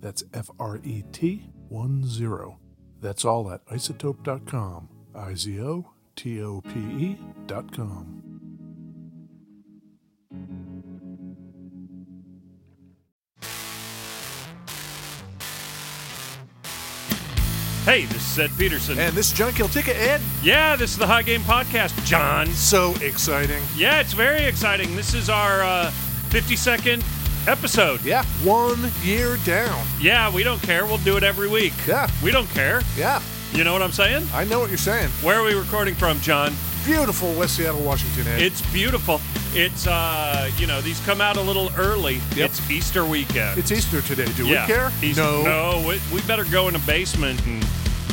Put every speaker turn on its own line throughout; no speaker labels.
That's F R E T 1 0. That's all at isotope.com. I Z O T O P E E.com.
Hey, this is Ed Peterson.
And this is John Kiltica, Ed.
Yeah, this is the High Game Podcast, John.
So exciting.
Yeah, it's very exciting. This is our uh, 52nd episode.
Yeah. One year down.
Yeah, we don't care. We'll do it every week.
Yeah.
We don't care.
Yeah.
You know what I'm saying?
I know what you're saying.
Where are we recording from, John?
Beautiful West Seattle, Washington, Ed.
It's beautiful. It's, uh, you know, these come out a little early.
Yep.
It's Easter weekend.
It's Easter today. Do
yeah.
we care?
Easter- No, we, we better go in a basement and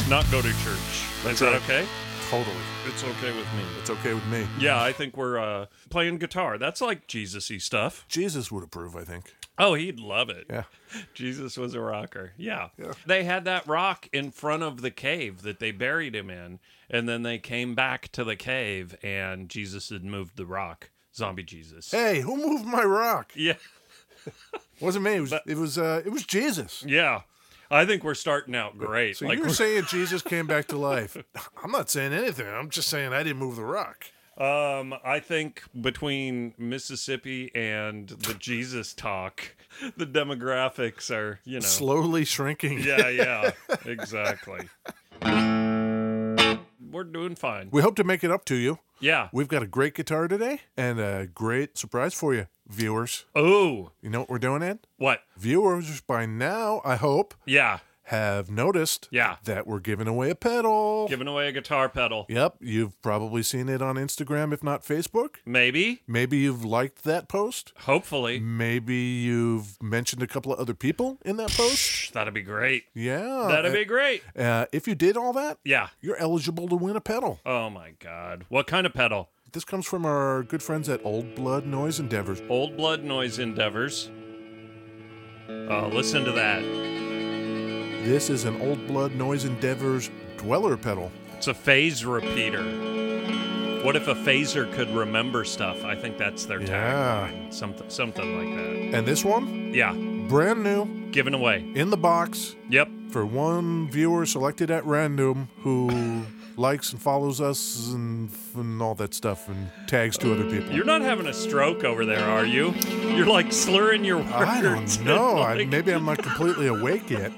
not go to church.
That's
is that
right.
okay?
Totally.
It's okay with me.
It's okay with me.
Yeah, I think we're uh, playing guitar. That's like Jesus-y stuff.
Jesus would approve, I think.
Oh, he'd love it.
Yeah.
Jesus was a rocker. Yeah.
Yeah.
They had that rock in front of the cave that they buried him in, and then they came back to the cave and Jesus had moved the rock. Zombie Jesus.
Hey, who moved my rock?
Yeah.
wasn't me. It was it was uh, it was Jesus.
Yeah. I think we're starting out great.
So
like
you're
we're-
saying Jesus came back to life. I'm not saying anything. I'm just saying I didn't move the rock.
um I think between Mississippi and the Jesus talk, the demographics are, you know.
Slowly shrinking.
Yeah, yeah. Exactly. We're doing fine.
We hope to make it up to you.
Yeah.
We've got a great guitar today and a great surprise for you, viewers.
Oh,
You know what we're doing, Ed?
what?
Viewers by now, I hope,
Yeah,
have noticed
Yeah.
that we're giving away a pedal.
giving away a guitar pedal.
Yep, you've probably seen it on Instagram, if not Facebook.
Maybe,
Maybe you've liked that post.
hopefully,
Maybe you've mentioned a couple of other people in that post.
that'd be great.
Yeah.
That'd be great.
Uh, if you did all that,
Yeah.
you're eligible to win a pedal.
Oh my God. What kind of pedal?
This comes from our good friends at Old Blood Noise Endeavors.
Old Blood Noise Endeavors. Oh, listen to that.
This is an Old Blood Noise Endeavors dweller pedal.
It's a phase repeater. What if a phaser could remember stuff? I think that's their
Yeah.
tagline. Something, something like
And this one,
that. Yeah.
brand new,
Giving away.
in the box
Yep.
for one viewer selected at random who likes and follows us and, and all that stuff and tags two other people.
You're not having a stroke over there, are you? You're like slurring your words.
I don't
and,
know. I,
like-
maybe I'm not completely awake yet.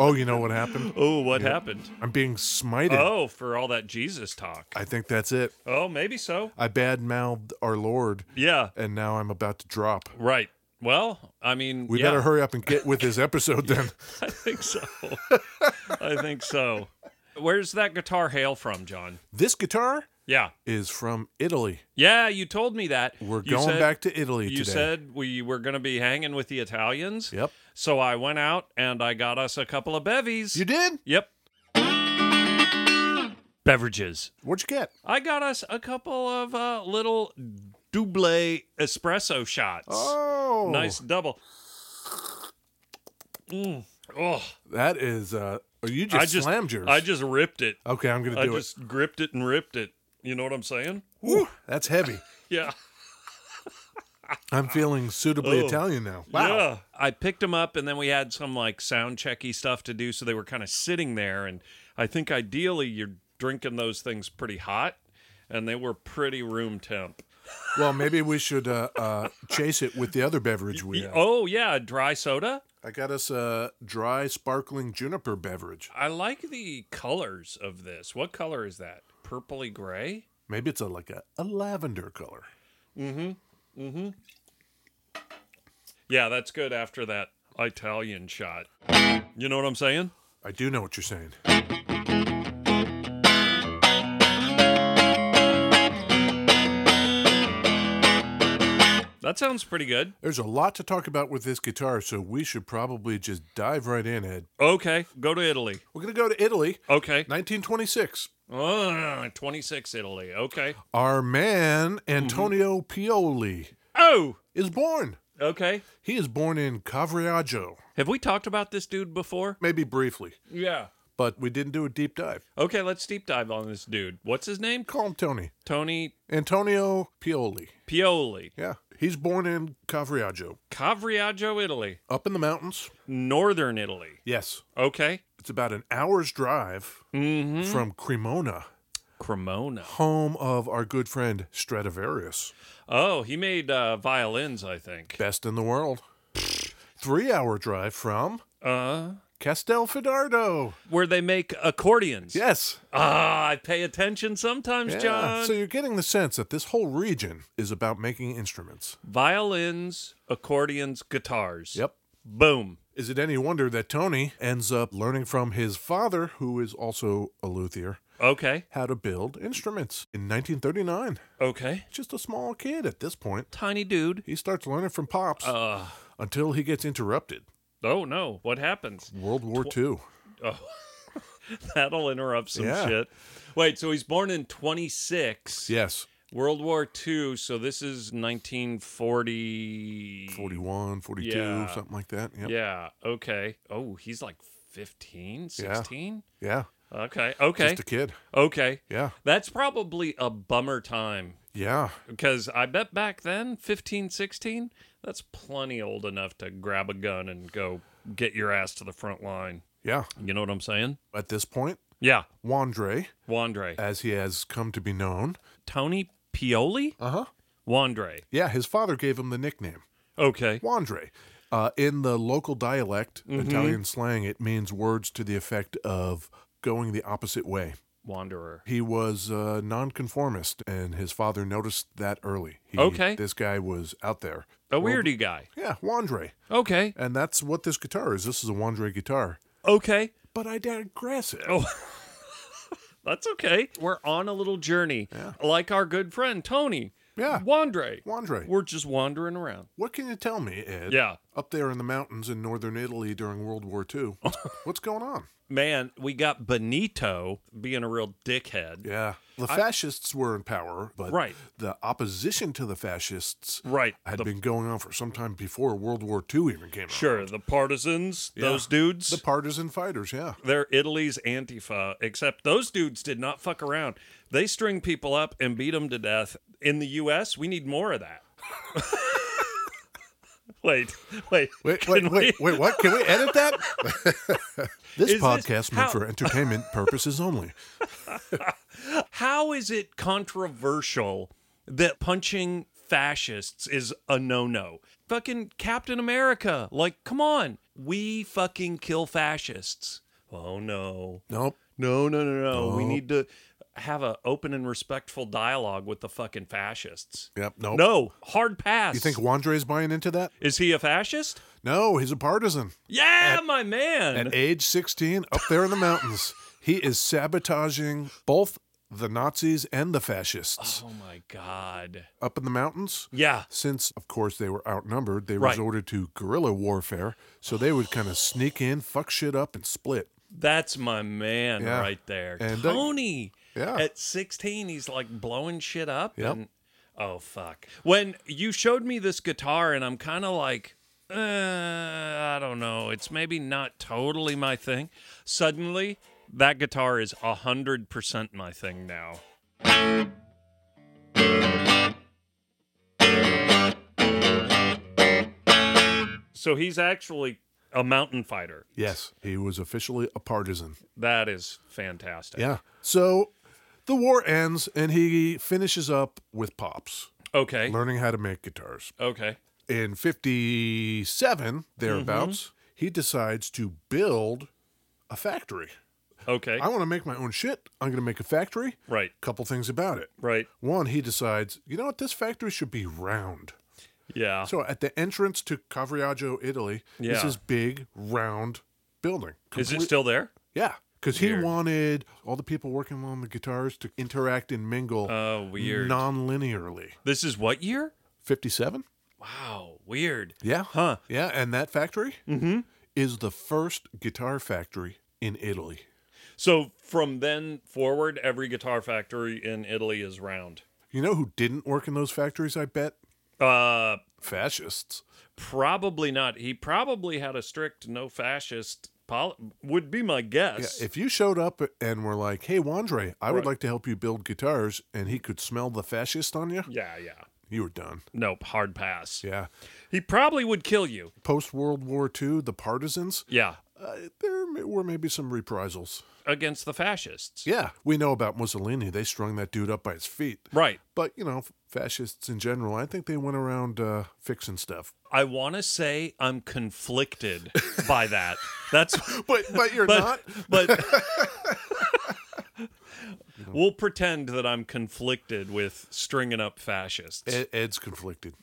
Oh, you know what happened?
Oh, what happened?
I'm being smited.
Oh, for all that Jesus talk.
I think that's it.
Oh, maybe so.
I badmouthed our Lord,
Yeah.
and now I'm about to drop.
Right. Well, I mean,
We
yeah,
better hurry up and get with this episode then.
I think so. I think so. Where's that guitar hail from, John?
This guitar
Yeah.
is from Italy.
Yeah, you told me that.
We're
You
going
said-
back to Italy
You
today.
said we were going to be hanging with the Italians.
Yep.
So I went out and I got us a couple of bevies.
You did?
Yep. Beverages.
What'd you get?
I got us a couple of uh, little double espresso shots.
Oh,
Nice double. Mm. Oh,
That is uh, Or you just,
I just
slammed yours.
I just ripped it.
okay, I'm gonna
I
do it.
just gripped it and ripped it. You know what I'm saying?
Woo, that's heavy.
Yeah.
I'm feeling suitably
Oh.
Italian now. Wow.
Yeah. I picked them up and then we had some like sound checky stuff to do. So they were kind of sitting there. And I think ideally you're drinking those things pretty hot and they were pretty room temp.
Well, maybe we should uh, uh, chase it with the other beverage we have.
Oh, yeah. Dry soda.
I got us a dry sparkling juniper beverage.
I like the colors of this. What color is that? Purpley gray?
Maybe it's a, like a, a lavender color.
Yeah, that's good after that Italian shot. You know what I'm saying?
I do know what you're saying.
That sounds pretty good.
There's a lot to talk about with this guitar, so we should probably just dive right in, Ed.
Okay, go to Italy.
We're going to go to Italy,
Okay.
1926.
Ugh, 26 Italy. Okay.
Our man, Antonio Pioli,
Oh,
is born.
okay.
He is born in Cavriaggio,
Have we talked about this dude before?
maybe briefly,
Yeah.
but we didn't do a deep dive.
Okay, let's deep dive on this dude. What's his name?
Call him Tony.
Tony
Antonio Pioli.
Pioli.
Yeah. He's born in Cavriaggio,
Cavriaggio, Italy.
up in the mountains.
Northern Italy.
Yes.
Okay.
It's about an hour's drive
Mm-hmm.
from Cremona,
Cremona.
home of our good friend Stradivarius.
Oh, he made uh, violins, I think.
Best in the world. Three hour drive from
Uh,
Castelfidardo.
where they make accordions.
Yes.
Ah, I pay attention sometimes,
Yeah.
John.
So you're getting the sense that this whole region is about making instruments.
Violins, accordions, guitars.
Yep.
Boom.
Is it any wonder that Tony ends up learning from his father, who is also a luthier,
Okay.
how to build instruments in 1939?
Okay.
Just a small kid at this point.
Tiny dude.
He starts learning from pops
Uh,
until he gets interrupted.
oh no. What happens?
World War II.
Oh, that'll interrupt some
Yeah.
shit. Wait, so he's born in 26,
Yes.
World War II, so this is 1940.
41, 42,
Yeah.
something like that. Yep.
Yeah, okay. Oh, he's like 15,
Yeah.
16?
Yeah.
Okay, okay,
Just a kid.
okay.
Yeah.
That's probably a bummer time
Yeah.
because I bet back then, 15, 16, that's plenty old enough to grab a gun and go get your ass to the front line.
Yeah.
You know what I'm saying?
At this point,
Yeah.
Wandre,
Wandre.
as he has come to be known.
Tony Pioli?
Uh huh.
Wandre.
Yeah. His father gave him the nickname
Okay.
Wandre. Uh, in the local dialect,
Mm-hmm.
Italian slang, it means words to the effect of going the opposite way.
Wanderer.
He was a nonconformist, and his father noticed that early. He,
Okay.
This guy was out there.
A weirdy guy.
Yeah, Wandre.
Okay.
And that's what this guitar is. This is a Wandre guitar.
Okay.
But I digress it.
Oh. That's okay. We're on a little journey. Like our good friend Tony.
Yeah.
Wandre.
Wandre,
We're just wandering around.
what can you tell me, Ed?
Yeah.
Up there in the mountains in northern Italy during World War II, what's going on?
Man, we got Benito being a real dickhead.
Yeah. The fascists were in power, but
Right.
the opposition to the fascists
Right.
had
The-
been going on for some time before World War II even came out.
Sure, the partisans, those dudes.
The partisan fighters, yeah.
they're Italy's Antifa, except those dudes did not fuck around. They string people up and beat them to death. In the U.S., we need more of that. wait, wait,
Wait,
can
wait,
we-
wait, wait, what? Can we edit that? this
Is this
podcast meant
how-
for entertainment purposes only.
How is it controversial that punching fascists is a no-no? Fucking Captain America, like, come on, we fucking kill fascists. Oh no.
Nope.
No, no, no, no. We need to have an open and respectful dialogue with the fucking fascists.
Yep. Nope.
No, hard pass.
You think Wandre's buying into that?
is he a fascist?
No, he's a partisan.
Yeah, my man.
At age 16, up there in the mountains, he is sabotaging both the Nazis and the fascists
oh my god.
up in the mountains.
Yeah.
Since, of course, they were outnumbered, they
Right.
resorted to guerrilla warfare. So they would kind of sneak in, fuck shit up, and split.
That's my man
Yeah.
right there.
And uh, that-
Tony.
Yeah.
At 16, he's like blowing shit up.
Yep.
And, oh, fuck. When you showed me this guitar, and I'm kind of like, uh, I don't know, it's maybe not totally my thing. Suddenly, that guitar is 100% my thing now. So he's actually a mountain fighter.
Yes, he was officially a partisan.
That is fantastic.
Yeah. So the war ends and he finishes up with Pops,
Okay.
learning how to make guitars.
Okay.
In 57, thereabouts,
Mm-hmm.
he decides to build a factory.
Okay.
I want to make my own shit. I'm going to make a factory.
Right.
Couple things about it.
Right.
One, he decides, you know what, this factory should be round.
Yeah.
So at the entrance to Cavriaggio, Italy, is
Yeah.
this big round building.
is it
Complete-
still there?
Yeah, because he
Weird.
wanted all the people working on the guitars to interact and mingle
Oh, weird.
non-linearly.
This is what year?
Fifty-seven.
Wow, weird.
Yeah.
Huh.
Yeah, and that factory is the first guitar factory in Italy.
So from then forward, every guitar factory in Italy is round.
You know who didn't work in those factories? I bet
Uh,
fascists.
probably not. He probably had a strict no fascist poli- would be my guess.
If you showed up and were like, "Hey, Wandre, I would
Right.
like to help you build guitars," and he could smell the fascist on you,
yeah, yeah.
you were done.
Nope, hard pass.
Yeah.
He probably would kill you.
Post World War II, the partisans,
Yeah,
uh, there may- were maybe some reprisals.
against the fascists.
Yeah, we know about Mussolini. They strung that dude up by his feet.
Right.
But, you know, f- fascists in general, I think they went around uh, fixing stuff.
I want to say I'm conflicted by that. That's
But but you're not?
but we'll pretend that I'm conflicted with stringing up fascists.
Ed, Ed's conflicted.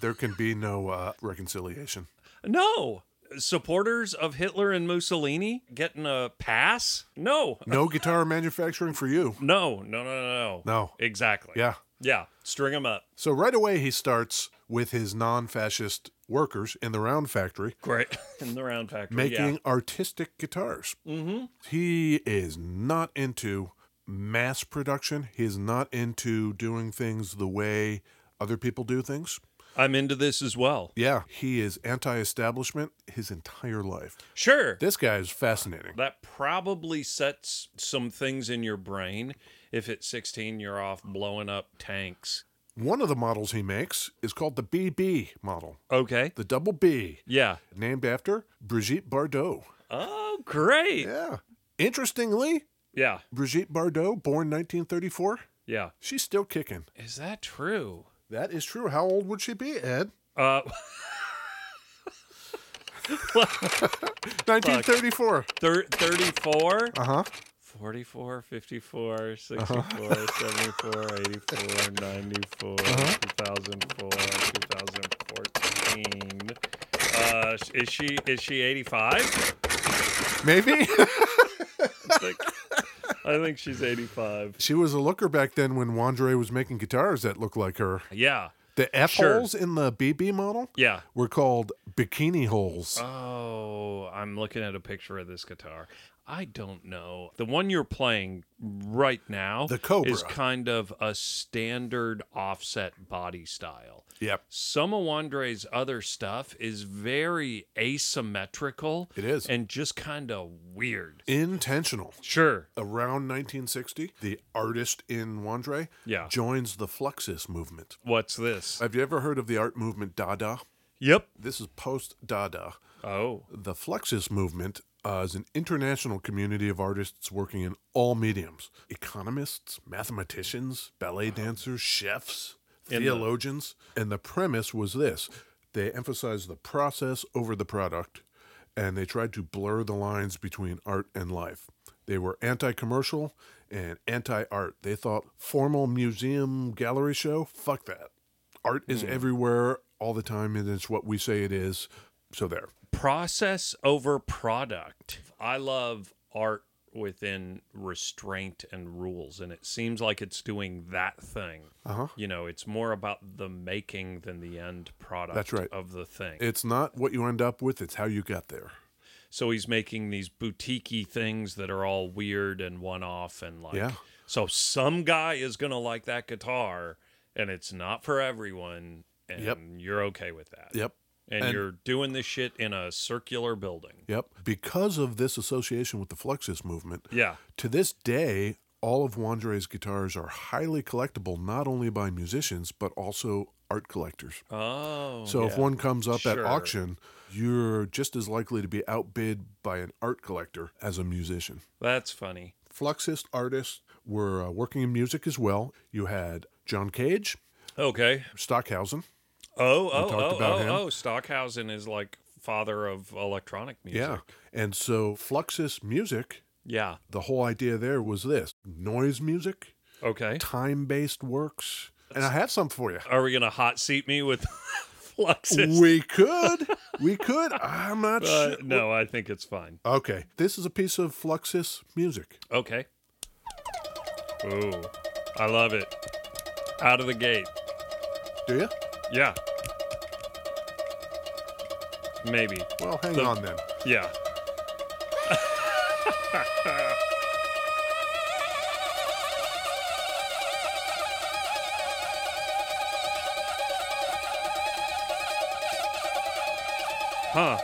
There can be no uh, reconciliation.
no. Supporters of Hitler and Mussolini getting a pass? No.
No guitar manufacturing for you.
No, no, no, no, no.
No.
Exactly.
Yeah.
Yeah. String them up.
So right away, he starts with his non fascist workers in the round factory
Great. In the round factory.
making
Yeah.
artistic guitars. Mm-hmm. He is not into mass production. He's not into doing things the way other people do things.
I'm into this as well.
Yeah, he is anti-establishment his entire life.
Sure.
This guy is fascinating.
That probably sets some things in your brain if at 16 you're off blowing up tanks.
One of the models he makes is called the BB model,
Okay.
the double B,
Yeah.
named after Brigitte Bardot.
Oh, great.
Yeah. Interestingly,
Yeah.
Brigitte Bardot, born 1934,
Yeah.
she's still kicking.
Is that true?
That is true. How old would she be, Ed?
Uh,
1934.
thir- 34,
Uh huh.
44, 54, 64, 74, 84, 94, 2004, 2014. Uh, sh- is she is she 85?
Maybe.
I think, I think she's 85.
she was a looker back then when Wandre was making guitars that looked like her.
Yeah.
The F
Sure.
holes in the BB model
Yeah.
were called bikini holes.
Uh. Oh, I'm looking at a picture of this guitar. I don't know. The one you're playing right now,
The Cobra.
is kind of a standard offset body style.
Yep.
Some of Wandre's other stuff is very asymmetrical.
It is.
And just kind of weird.
Intentional.
Sure.
Around 1960, the artist in Wandre
Yeah.
joins the Fluxus movement.
What's this?
Have you ever heard of the art movement Dada?
yep.
This is post Dada.
Oh,
The Fluxus movement uh, is an international community of artists working in all mediums economists, mathematicians, ballet dancers, chefs,
the-
theologians. and the premise was this they emphasized the process over the product, and they tried to blur the lines between art and life. They were anti commercial and anti art. They thought formal museum gallery show, fuck that. Art
Hmm.
is everywhere all the time, and it's what we say it is. So there.
process over product. I love art within restraint and rules, and it seems like it's doing that thing. Uh-huh. You know, it's more about the making than the end product
That's right.
of the thing.
It's not what you end up with, it's how you got there.
so he's making these boutiquey things that are all weird and one off and like
Yeah.
so some guy is gonna like that guitar and it's not for everyone and
Yep.
you're okay with that.
Yep.
and,
And-
you're doing this shit in a circular building.
Yep. Because of this association with the Fluxus movement,
Yeah.
to this day, all of Wandre's guitars are highly collectible, not only by musicians, but also art collectors.
Oh.
So if one comes up at
Sure.
auction, you're just as likely to be outbid by an art collector as a musician.
that's funny.
Fluxist artists were uh, working in music as well. You had John Cage,
Okay.
Stockhausen.
Oh, oh,
talked
oh,
about
oh,
him.
oh. Stockhausen is like father of electronic music.
Yeah. And so Fluxus music,
Yeah.
the whole idea there was this noise music,
Okay.
time based works. And I have some for you.
Are we gonna hot seat me with fluxes?
We could. We could. I'm not
Uh,
sure.
no, I think it's fine.
Okay. This is a piece of Fluxus music.
Okay. Ooh, I love it. Out of the gate.
Do you?
Yeah. Maybe.
Well, hang
The-
on then.
Yeah. huh.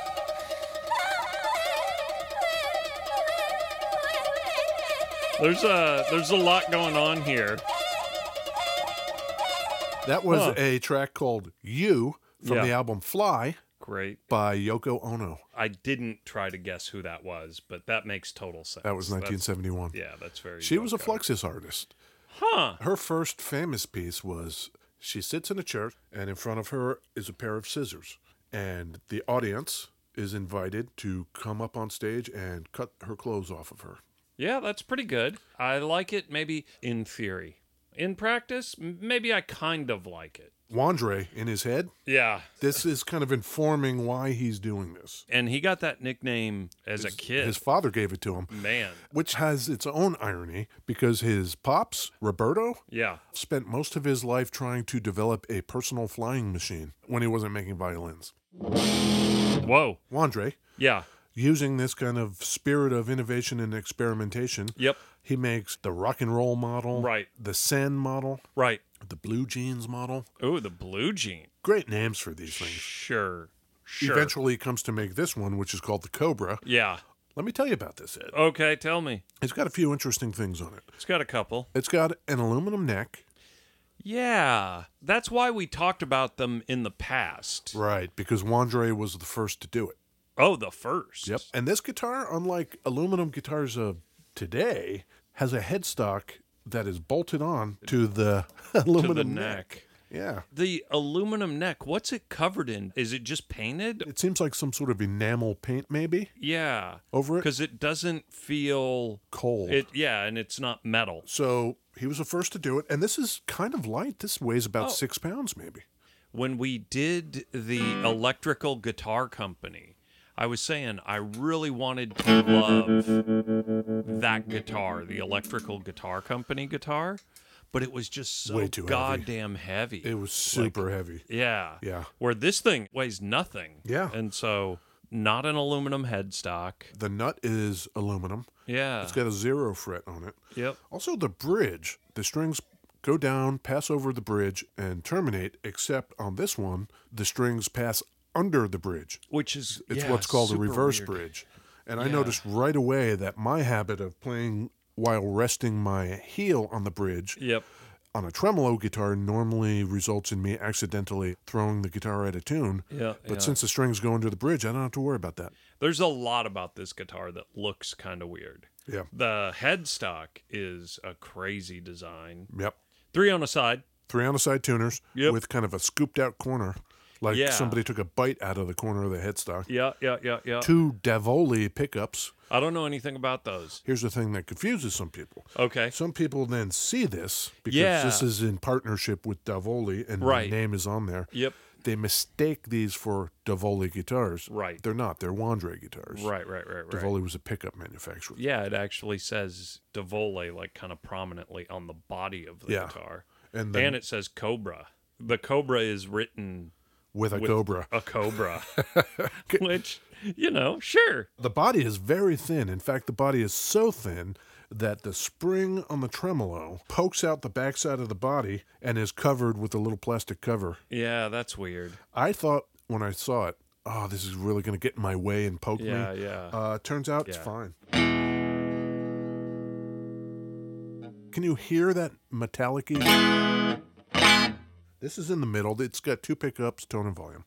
There's a there's a lot going on here.
That was
Huh.
a track called You from
Yeah.
the album Fly
Great.
by Yoko Ono.
I didn't try to guess who that was, but that makes total sense.
That was
That's-
1971.
yeah, that's very.
She was a
Yoko.
Fluxus artist.
Huh.
Her first famous piece was she sits in a church, and in front of her is a pair of scissors. And the audience is invited to come up on stage and cut her clothes off of her.
Yeah, that's pretty good. I like it maybe in theory. In practice, m- maybe I kind of like it.
Wandre, in his head,
Yeah.
this is kind of informing why he's doing this.
And he got that nickname as a kid.
His father gave it to him,
Man.
which has its own irony because his pops, Roberto,
Yeah.
spent most of his life trying to develop a personal flying machine when he wasn't making violins.
Whoa.
Wandre,
Yeah.
using this kind of spirit of innovation and experimentation,
Yep.
he makes the rock and roll model,
Right.
the sand model,
Right.
the blue jeans model.
Ooh, the blue jean.
Great names for these things.
Sure. Sure.
Eventually, he comes to make this one, which is called the Cobra.
Yeah.
Let me tell you about this, Ed.
Okay, tell me.
It's got a few interesting things on it.
It's got a couple.
It's got an aluminum neck.
Yeah. That's why we talked about them in the past.
Right, because Wandre was the first to do it.
Oh, the first.
And this guitar, unlike aluminum guitars of today, has a headstock that is bolted on to the
To
aluminum
the neck.
Yeah.
The aluminum neck, what's it covered in? Is it just painted?
It seems like some sort of enamel paint, maybe,
Yeah.
over it.
because it doesn't feel
Cold.
it yeah and it's not metal
so he was the first to do it. And this is kind of light. This weighs about
Oh.
six pounds, maybe.
when we did the electrical guitar company i was saying i really wanted to love that guitar the electrical guitar company guitar but it was just so
Way too heavy.
goddamn heavy,
It was super heavy.
yeah
Yeah.
where this thing weighs nothing
Yeah.
and so not an aluminum headstock
The nut is aluminum,
yeah
it's got a zero fret on it.
yep
Also, the bridge, the strings go down, pass over the bridge, and terminate, except on this one, the strings pass under the bridge.
which is
It's
yeah,
what's called a
super
reverse
weird.
bridge. And I noticed right away that my habit of playing while resting my heel on the bridge
yep
on a tremolo guitar normally results in me accidentally throwing the guitar out of tune.
yeah
But
yeah.
since the strings go into the bridge, I don't have to worry about that.
There's a lot about this guitar that looks kind of weird.
Yeah.
The headstock is a crazy design.
Yep.
Three on a side.
Three on a side tuners
Yep.
with kind of a scooped out corner, like
Yeah.
somebody took a bite out of the corner of the headstock.
Yeah, yeah, yeah, yeah.
two Davoli pickups.
I don't know anything about those.
Here's the thing that confuses some people.
Okay.
Some people then see this because
Yeah.
this is in partnership with Davoli and
Right.
the name is on there.
Yep.
They mistake these for Davoli guitars.
Right.
They're not. They're Wandre guitars.
Right, right, right, right.
Davoli was a pickup manufacturer.
Yeah, it actually says Davole like kind of prominently on the body of the
Yeah.
guitar.
And then
and it says Cobra. The Cobra is written
with a
with
Cobra.
a Cobra, which, you know, sure.
The body is very thin. In fact, the body is so thin that the spring on the tremolo pokes out the backside of the body and is covered with a little plastic cover.
Yeah, that's weird.
I thought when I saw it, oh, this is really going to get in my way and poke
Yeah,
me.
yeah.
Uh, turns out it's
Yeah.
fine. Can you hear that metallic? This is in the middle. It's got two pickups, tone and volume.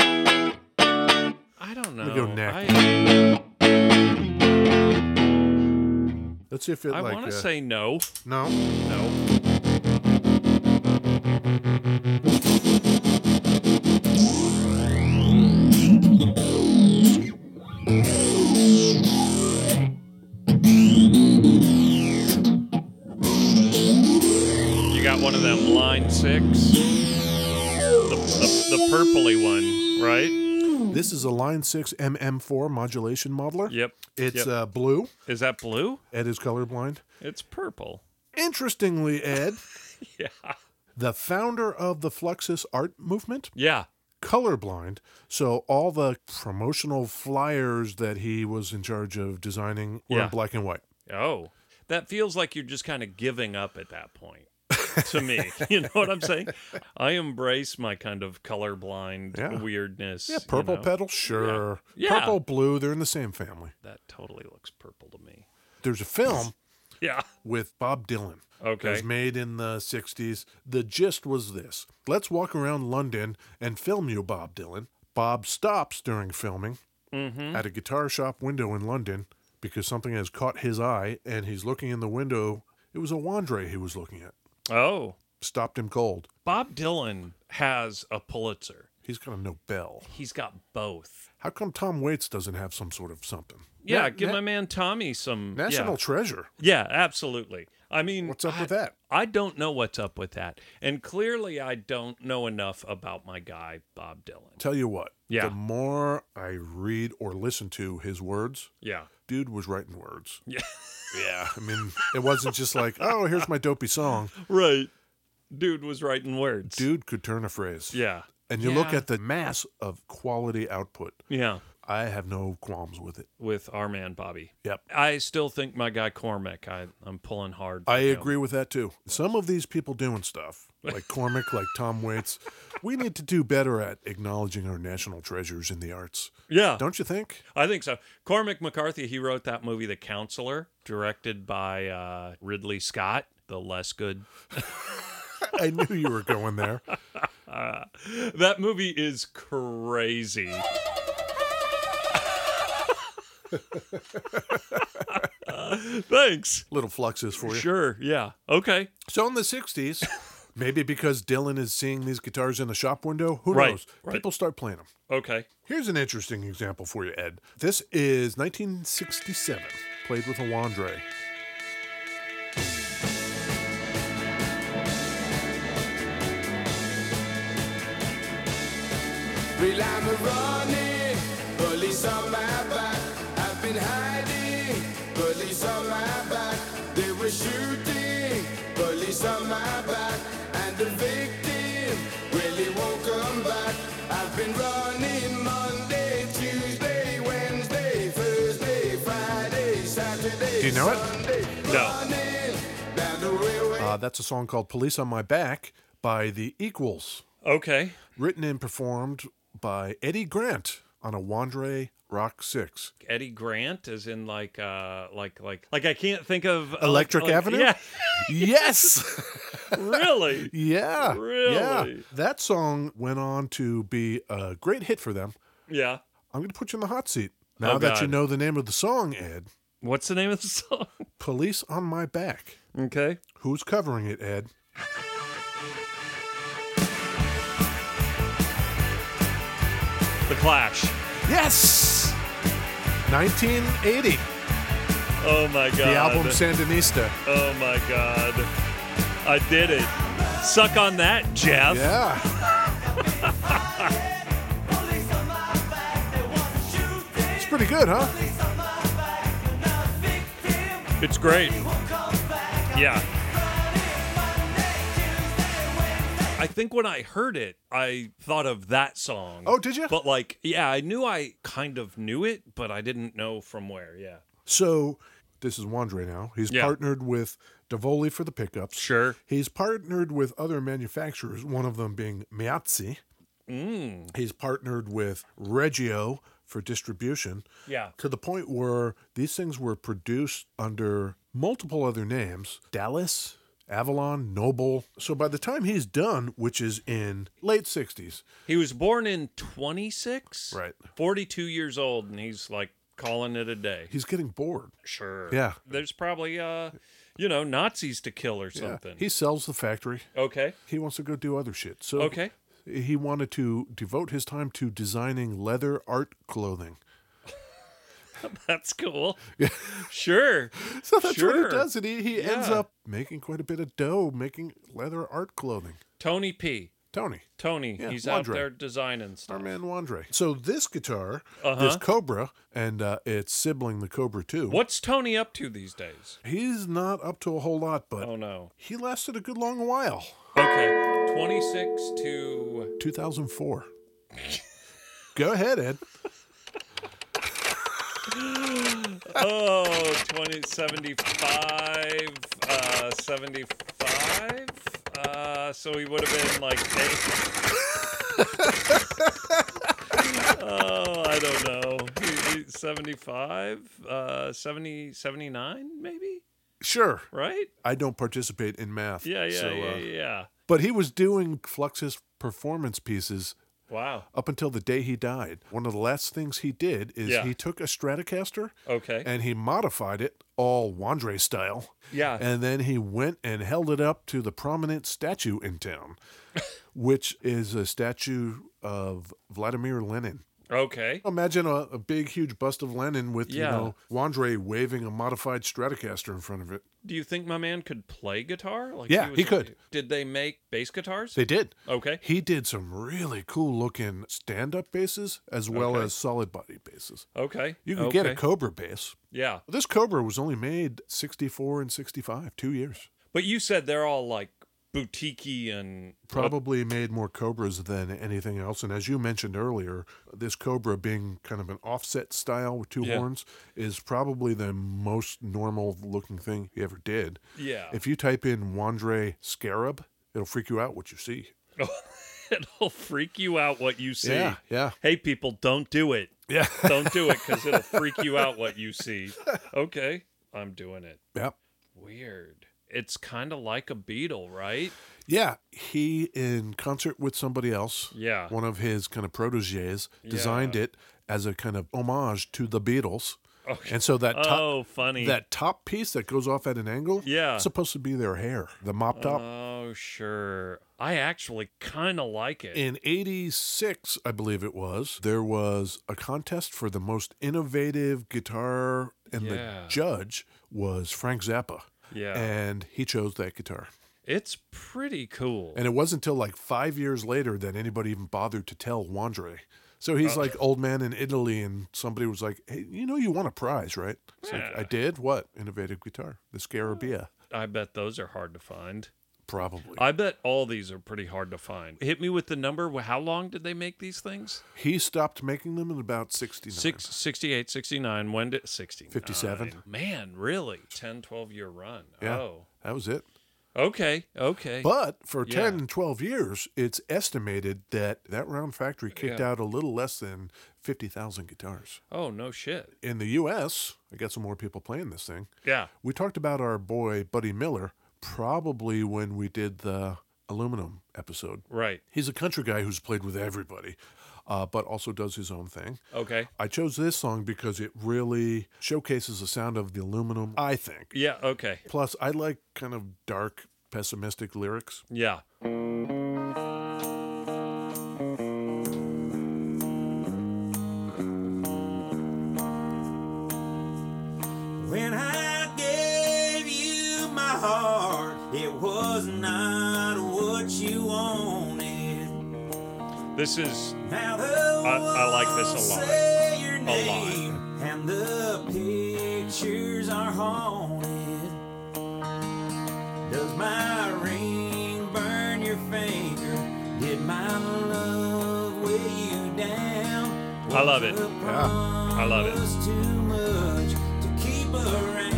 I don't know.
me go neck.
I,
Let's see if it
I
like
want to
uh,
say no.
no.
No. You got one of them line six, the, the, the purpley one, right?
This is a Line Six MM4 modulation modeler.
Yep.
It's
Yep.
uh, blue.
Is that blue?
Ed is colorblind.
It's purple.
Interestingly, Ed,
Yeah.
the founder of the Fluxus art movement,
Yeah.
colorblind. So all the promotional flyers that he was in charge of designing were
Yeah.
in black and white.
Oh, that feels like you're just kind of giving up at that point. to me, you know what I'm saying? I embrace my kind of colorblind
Yeah.
weirdness.
Yeah, purple
you know?
petal, sure.
Yeah.
Purple, blue, they're in the same family.
That totally looks purple to me.
There's a film
Yeah.
with Bob Dylan. It
Okay.
was made in the 60s. The gist was this let's walk around London and film you, Bob Dylan. Bob stops during filming
Mm-hmm.
at a guitar shop window in London because something has caught his eye and he's looking in the window. It was a Wandre he was looking at.
Oh,
Stopped him cold.
Bob Dylan has a Pulitzer.
He's got a Nobel.
He's got both.
How come Tom Waits doesn't have some sort of something?
Yeah,
Na-
give
na-
my man Tommy some yeah.
National treasure.
Yeah, absolutely. I mean,
What's up
I-
with that?
I don't know what's up with that, and clearly, I don't know enough about my guy Bob Dylan.
Tell you what.
Yeah.
The more I read or listen to his words,
Yeah.
dude was writing words.
Yeah.
Yeah. I mean, it wasn't just like, oh, here's my dopey song.
Right. Dude was writing words.
Dude could turn a phrase.
Yeah.
And you look
Yeah.
at the mass of quality output.
Yeah.
I have no qualms with it.
With our man Bobby.
Yep.
I still think my guy Cormac, I, I'm pulling hard. for
I
him.
agree with that too. Some of these people doing stuff, like Cormac, like Tom Waits, we need to do better at acknowledging our national treasures in the arts.
Yeah.
Don't you think?
I think so. Cormac McCarthy, he wrote that movie, The Counselor, directed by uh, Ridley Scott, the less good.
I knew you were going there.
That movie is crazy. Thanks.
Little fluxes for you.
Sure. Yeah. Okay.
So in the 60s, maybe because Dylan is seeing these guitars in the shop window, who
Right,
knows?
right.
People start playing them.
Okay.
Here's an interesting example for you, Ed. This is 1967, played with a Wandre.
Real I'm a running, police on my back. I've been hiding, police on my back. They were shooting, police on my back. And the victim really won't come back. I've been running Monday, Tuesday, Wednesday, Thursday, Friday, Saturday.
Do you know it?
Sunday,
No.
running down the railway.
Uh, that's a song called Police on My Back by The Equals,
Okay.
written and performed by Eddie Grant on a Wandre Rock 6.
Eddie Grant is in like uh like like like I can't think of uh,
Electric
like-
Avenue?
Yeah,
Yes!
really.
yeah. Yeah.
Really?
That song went on to be a great hit for them.
yeah.
I'm going to put you in the hot seat. Now that you
Oh, God.
know the name of the song, Ed,
What's the name of the song?
Police on My Back.
Okay.
Who's covering it, Ed?
The Clash.
Yes! 1980,
Oh my god.
the album Sandinista.
Oh my god. I did it. Suck on that, Jeff.
Yeah. It's pretty good, huh?
It's great. Yeah. I think when I heard it, I thought of that song.
Oh, did you?
But like, yeah, I knew I kind of knew it, but I didn't know from where. Yeah.
So, this is Wandre now. He's
Yeah.
partnered with Davoli for the pickups.
Sure.
He's partnered with other manufacturers, one of them being Miazzi.
Mm.
He's partnered with Reggio for distribution
Yeah.
to the point where these things were produced under multiple other names Dallas, Avalon, Noble. So by the time he's done, which is in late 60s,
He was born in 26.
Right.
42 years old, and he's like calling it a day.
he's getting bored.
Sure.
Yeah.
There's probably, uh, you know, Nazis to kill or
Yeah.
something.
He sells the factory.
okay.
He wants to go do other shit. So
Okay.
he wanted to devote his time to designing leather art clothing.
That's cool. sure.
So that's what
Sure.
he does. And he, he ends
Yeah.
up making quite a bit of dough making leather art clothing.
Tony P.
Tony,
Tony,
Yeah,
he's out
Wandre.
there designing stuff.
our man Wandre. So this guitar,
Uh-huh.
this Cobra, and uh, its sibling, the Cobra 2.
What's Tony up to these days?
He's not up to a whole lot, but
Oh no.
he lasted a good long while.
Okay. 26 to
2004. Go ahead, Ed.
oh 20 75 uh 75 uh so he would have been like eight. oh i don't know He- he- 75 uh 70 79 maybe
Sure.
right
I don't participate in math.
yeah yeah
so, uh,
yeah yeah
But he was doing Fluxus performance pieces
wow
up until the day he died. One of the last things he did is
Yeah.
he took a Stratocaster
okay
and he modified it all Wandre style.
Yeah.
And then he went and held it up to the prominent statue in town, which is a statue of Vladimir Lenin.
okay
Imagine a, a big, huge bust of Lenin with,
Yeah.
you know, Wandre waving a modified Stratocaster in front of it.
do you think my man could play guitar like
Yeah,
was-
he could.
did they make bass guitars
They did.
okay
He did some really cool looking stand up basses as well
Okay.
as solid body basses.
okay
You can
okay.
get a Cobra bass.
yeah
This Cobra was only made 64 and 65, two years.
But you said they're all like boutiquey and
Probably made more Cobras than anything else. And as you mentioned earlier, this Cobra being kind of an offset style with two
Yeah.
horns is probably the most normal looking thing he ever did.
yeah.
If you type in Wandre Scarab, it'll freak you out what you see.
it'll freak you out what you see.
Yeah, yeah.
Hey people, don't do it.
Yeah.
Don't do it cuz it'll freak you out what you see. Okay, I'm doing it.
yeah.
Weird. It's kind of like a beetle, right?
Yeah, he in concert with somebody else.
Yeah.
one of his kind of proteges designed it as a kind of homage to the Beatles.
Okay.
And so that top
Oh, funny.
that top piece that goes off at an angle,
Yeah.
it's supposed to be their hair, the mop top.
oh, sure. I actually kind of like it.
in 86, I believe it was, there was a contest for the most innovative guitar, and
Yeah.
the judge was Frank Zappa.
Yeah.
And he chose that guitar.
It's pretty cool.
And it wasn't until like five years later that anybody even bothered to tell Wandre. So
Uh.
he's like old man in Italy, and somebody was like, "Hey, you know, you won a prize, right?" It's like, "I did. What? Innovative guitar, the Scarabia,
I bet those are hard to find.
probably."
I bet all these are pretty hard to find. Hit me with the number. Wh- How long did they make these things?
he stopped making them in about sixty-nine.
Six, 68, 69. When did 69?
57.
Man, really? 10, 12 year run.
Yeah,
Oh,
that was it.
okay. Okay.
But for
Yeah.
ten and twelve years, it's estimated that that round factory kicked
Yeah.
out a little less than fifty thousand guitars
oh, no shit.
in the U.S. I got some more people playing this thing.
Yeah.
We talked about our boy Buddy Miller probably when we did the aluminum episode.
Right.
He's a country guy who's played with everybody, uh, but also does his own thing.
Okay.
I chose this song because it really showcases the sound of the aluminum, I think.
Yeah. Okay.
Plus, I like kind of dark, pessimistic lyrics.
Yeah.
When I gave you my heart, it was not what you wanted.
This is,
Now the
I- I like this a
walls
lot.
Say your
lot.
name, And the pictures are haunted. Does my ring burn your finger? Did my love weigh you down?
I love it.
Was the
Yeah.
I love it.
promise Too much to keep around.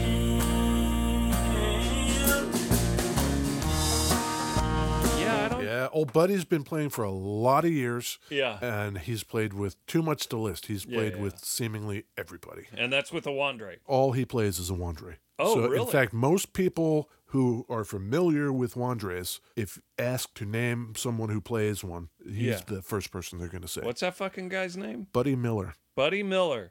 yeah, I don't. Mm.
Yeah, old old buddy's been playing for a lot of years.
Yeah.
And he's played with too much to list. He's played
yeah.
with seemingly everybody.
And that's with Awandre.
All he plays is a Wandre.
Oh,
so
really?
In fact, most people who are familiar with Wandres, if asked to name someone who plays one, he's
Yeah.
the first person they're going to say.
What's that fucking guy's name?
Buddy Miller.
Buddy Miller.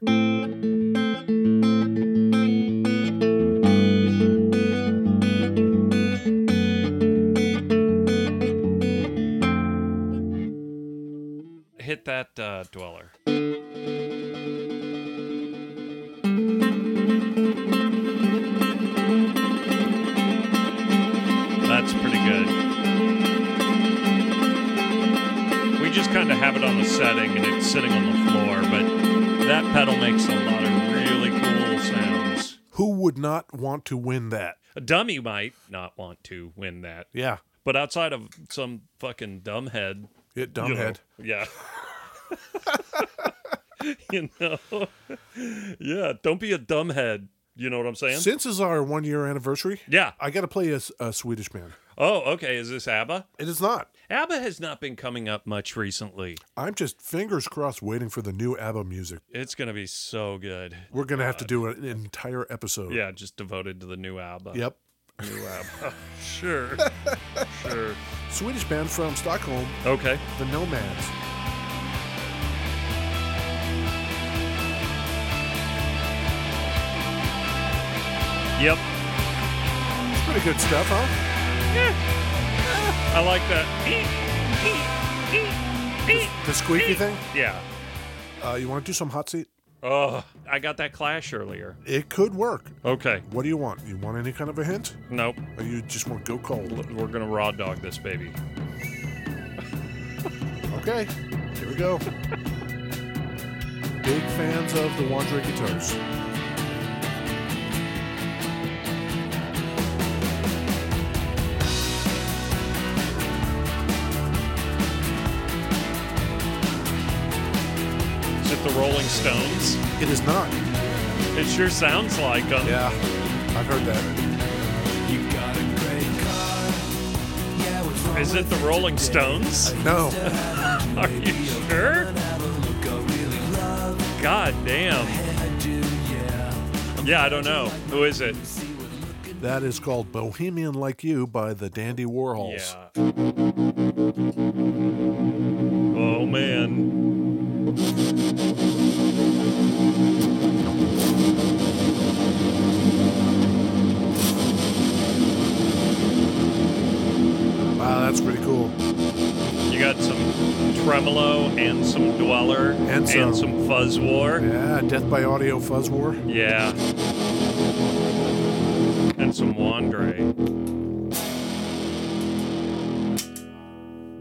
Hit that uh, dweller. That's pretty good. We just kind of have it on the setting and it's sitting on the floor, but that pedal makes a lot of really cool sounds.
Who would not want to win that?
A dummy might not want to win that,
Yeah.
but outside of some fucking dumbhead,
Hit
you know,
Dumbhead.
yeah. you know, yeah. Don't be a dumbhead. You know what I'm saying?
Since is our one year anniversary,
yeah.
I got to play a, s- a Swedish band.
Oh, okay. Is this ABBA?
It is not.
ABBA has not been coming up much recently.
I'm just fingers crossed waiting for the new ABBA music.
It's gonna be so good.
We're going to have to do an entire episode.
Yeah, just devoted to the new ABBA.
Yep.
New ABBA. sure. sure.
Swedish band from Stockholm,
Okay.
The Nomads.
Yep.
It's pretty good stuff, huh?
I like that.
The squeaky thing.
Yeah.
Uh, you want to do some hot seat?
Oh, I got that clash earlier.
It could work.
Okay.
What do you want? You want any kind of a hint?
Nope.
Or you just want to go
L-
cold?
We're gonna raw dog this baby.
Okay, here we go. Big fans of the Wandre guitars.
Is it the Rolling Stones?
It is not.
It sure sounds like them.
Yeah, I've heard that.
You got a great car. Yeah, what's wrong
Is it the Rolling Stones?
No,
Are you sure? God damn. Yeah, I don't know. Who is it?
that is called Bohemian Like You by the Dandy Warhols.
Yeah. Oh man.
Wow, that's pretty cool.
You got some tremolo and some dweller
And some-
some fuzz war.
Yeah, Death by Audio Fuzz War.
Yeah. And some Wandre.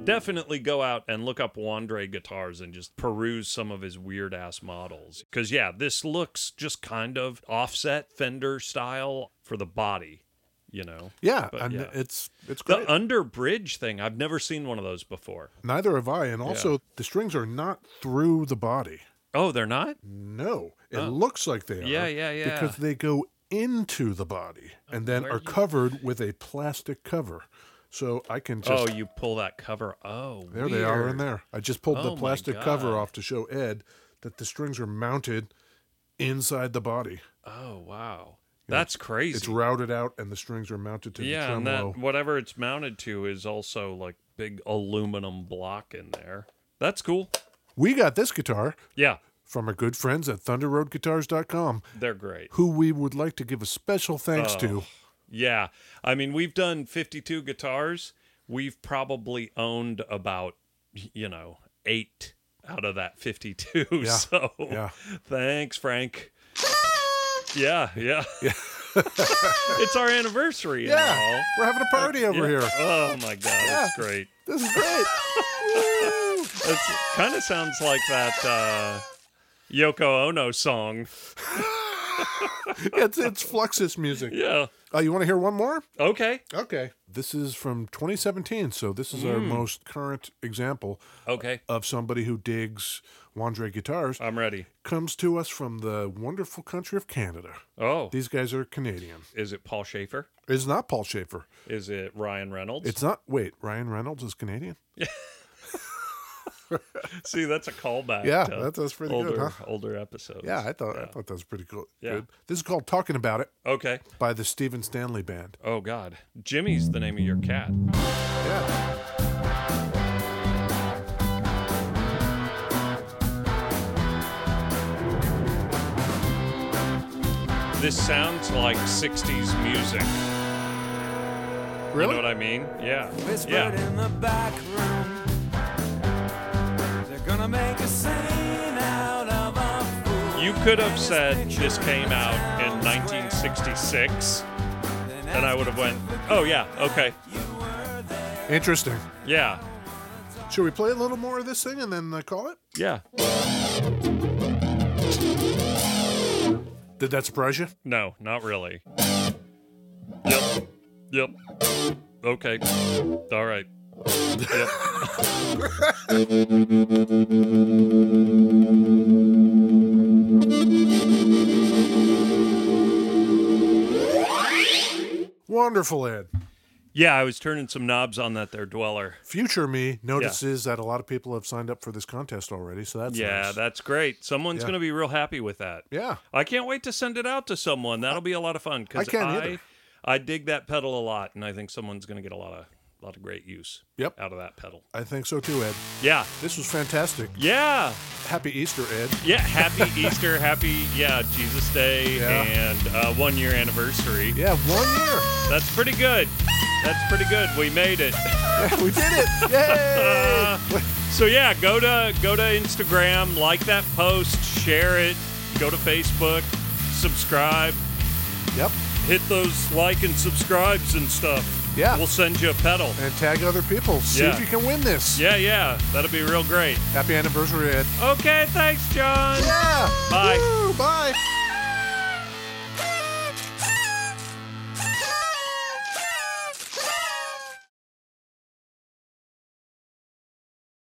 Definitely go out and look up Wandre guitars and just peruse some of his weird ass models. Because, yeah, this looks just kind of offset Fender style for the body, you know?
Yeah,
But,
and
yeah.
it's it's great.
The under bridge thing, I've never seen one of those before.
Neither have I. And also, the strings are not through the body.
Oh, they're not?
No, it looks like they are.
Yeah, yeah, yeah. Uh,
Because they go into the body and then are covered with a plastic cover. So I can just.
oh, you pull that cover. Oh,
there they are in
weird.
there. I just pulled
Oh,
the
my
plastic cover
God.
off to show Ed that the strings are mounted inside the body.
Oh, wow. That's crazy.
It's routed out and the strings are mounted to
yeah,
the
and
tremolo.
that whatever it's mounted to is also like big aluminum block in there. That's cool.
We got this guitar
Yeah,
from our good friends at thunderroadguitars.com,
they're great.
who we would like to give a special thanks to.
Yeah, I mean we've done 52 guitars. We've probably owned about you know eight out of that 52. so
yeah.
thanks, Frank. Yeah, yeah. it's our anniversary. and
Yeah,
all.
we're having a party over
Oh. Yeah.
here.
Oh my god, that's great.
This is great. Woo!
It kind of sounds like that uh, Yoko Ono song.
it's it's Fluxus music.
Yeah.
Uh, you want to hear one more?
Okay.
Okay. This is from 2017, so this is our
Mm.
most current example
Okay.
of somebody who digs Wandre guitars.
I'm ready.
Comes to us from the wonderful country of Canada.
Oh,
These guys are Canadian.
is it Paul Schaefer?
It's not Paul Schaefer.
Is it Ryan Reynolds?
It's not. Wait, Ryan Reynolds is Canadian.
See, that's a callback.
Yeah,
to
that- that's pretty good,
older,
huh?
Older episodes.
Yeah, I thought I thought that was pretty cool.
Yeah.
Good. This is called "Talking About It"
Okay.
by the Stephen Stanley Band.
Oh God, Jimmy's the name of your cat.
Yeah.
This sounds like '60s music. You know what I mean? Yeah.
whispered
Yeah.
in the back room. They're gonna make a scene out of a fool.
You could have said this came out in 1966, and I would have went, "Oh yeah, okay,
Interesting.
yeah,
Should we play a little more of this thing and then uh, call it?
yeah."
Did that surprise you?
No, not really. Yep. Yep. Okay. All right. Yep.
Wonderful, Ed.
Yeah, I was turning some knobs on that there dweller.
Future me notices that a lot of people have signed up for this contest already, so that's
Yeah,
nice.
that's great. Someone's
Yeah.
going to be real happy with that.
yeah.
I can't wait to send it out to someone. That'll be a lot of fun
I
because
can't
I,
either.
I, dig that pedal a lot, and I think someone's going to get a lot of lot of great use
Yep.
out of that pedal.
I think so too, Ed.
Yeah,
This was fantastic.
yeah,
Happy Easter, Ed.
yeah. Happy Easter, happy yeah Jesus Day,
Yeah.
and uh, one year anniversary.
Yeah, one year.
That's pretty good. That's pretty good. We made it.
we did it. Yay!
So yeah, go to go to Instagram, like that post, share it, go to Facebook, subscribe,
yep.
hit those like and subscribes and stuff.
Yeah.
We'll send you a pedal.
And tag other people. See
Yeah.
if you can win this.
Yeah, yeah. That'll be real great.
Happy anniversary, Ed.
Okay, thanks, John.
Yeah.
Bye.
Woo, bye.